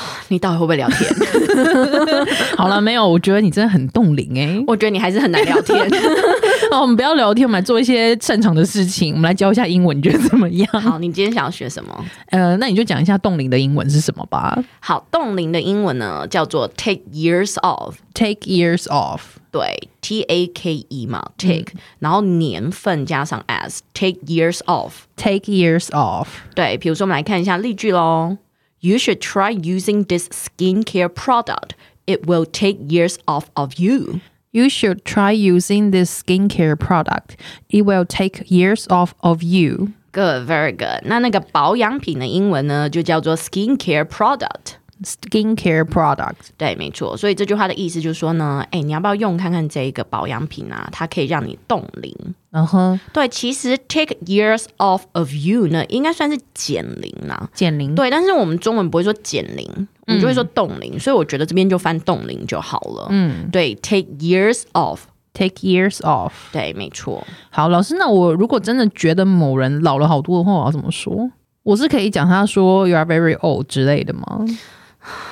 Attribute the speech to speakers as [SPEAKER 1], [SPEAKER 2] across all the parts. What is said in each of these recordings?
[SPEAKER 1] 你到底会不会聊 天？
[SPEAKER 2] 好了，没有，我觉得你真的很冻龄 哎。
[SPEAKER 1] 我觉得你还是很难聊天。
[SPEAKER 2] 好，我们不要聊天，我们来做一些擅长的事情。我们来教一下英文，你觉得怎么样？
[SPEAKER 1] 好，你今天想要学什么？
[SPEAKER 2] 呃，那你就讲一下冻龄的英文是什么吧。
[SPEAKER 1] 好，冻龄的英文呢叫做 take years off，
[SPEAKER 2] Take years off。
[SPEAKER 1] 对，T A K E 嘛，take，、然后年份加上 as，take years off。
[SPEAKER 2] Take years off.
[SPEAKER 1] 对，比如说我们来看一下例句喽。You should try using this skincare product. It will take years off of you.
[SPEAKER 2] You should try using this skincare product. It will take years off of you.
[SPEAKER 1] Good, very good. 那那个保养品的英文呢，就叫做 skincare product。
[SPEAKER 2] Skincare product.
[SPEAKER 1] 对，没错。所以这句话的意思就是说呢，哎，你要不要用看看这一个保养品啊？它可以让你冻龄。
[SPEAKER 2] 嗯哼，
[SPEAKER 1] 对，其实 take years off of you 呢，应该算是减龄啦。
[SPEAKER 2] 减龄。
[SPEAKER 1] 对，但是我们中文不会说减龄，我们就会说冻龄，所以我觉得这边就翻冻龄就好了。嗯，对，take years off，
[SPEAKER 2] Take years off.
[SPEAKER 1] 对，没错。
[SPEAKER 2] 好，老师，那我如果真的觉得某人老了好多的话，我要怎么说？我是可以讲他说 “you are very old” 之类的 吗？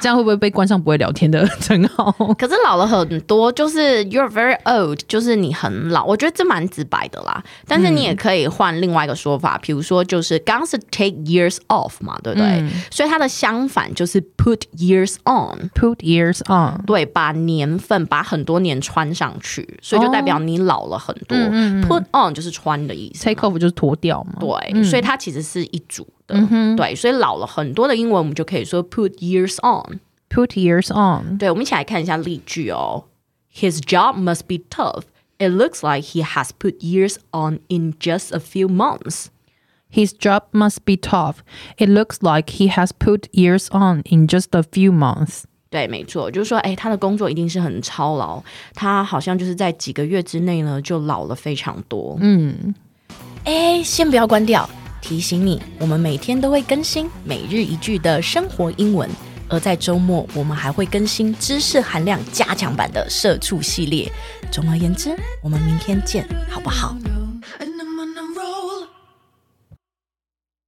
[SPEAKER 2] 这样会不会被冠上不会聊天的称号？
[SPEAKER 1] 可是老了很多，就是 you're very old，就是你很老。我觉得这蛮直白的啦，但是你也可以换另外一个说法，比如说就是刚刚是 take years off 嘛，对不对？所以它的相反就是 put years on。
[SPEAKER 2] Put years on，
[SPEAKER 1] 对，把年份把很多年穿上去，所以就代表你老了很多。Put on 就是穿的意思嘛。
[SPEAKER 2] take off 就是脱掉嘛。
[SPEAKER 1] 对，所以它其实是一组的。对，所以老了很多的英文，我们就可以说 put years on。
[SPEAKER 2] Put years on，
[SPEAKER 1] 对，我们一起来看一下例句哦。His job must be tough. It looks like he has put years on in just a few months.
[SPEAKER 2] his job must be tough. It looks like he has put years on in just a few months.
[SPEAKER 1] 对，没错，就是说，哎，他的工作一定是很操劳，他好像就是在几个月之内呢，就老了非常多。嗯，哎，先不要关掉，提醒你，我们每天都会更新每日一句的生活英文，而在周末我们还会更新知识含量加强版的社畜系列。总而言之，我们明天见，好不好？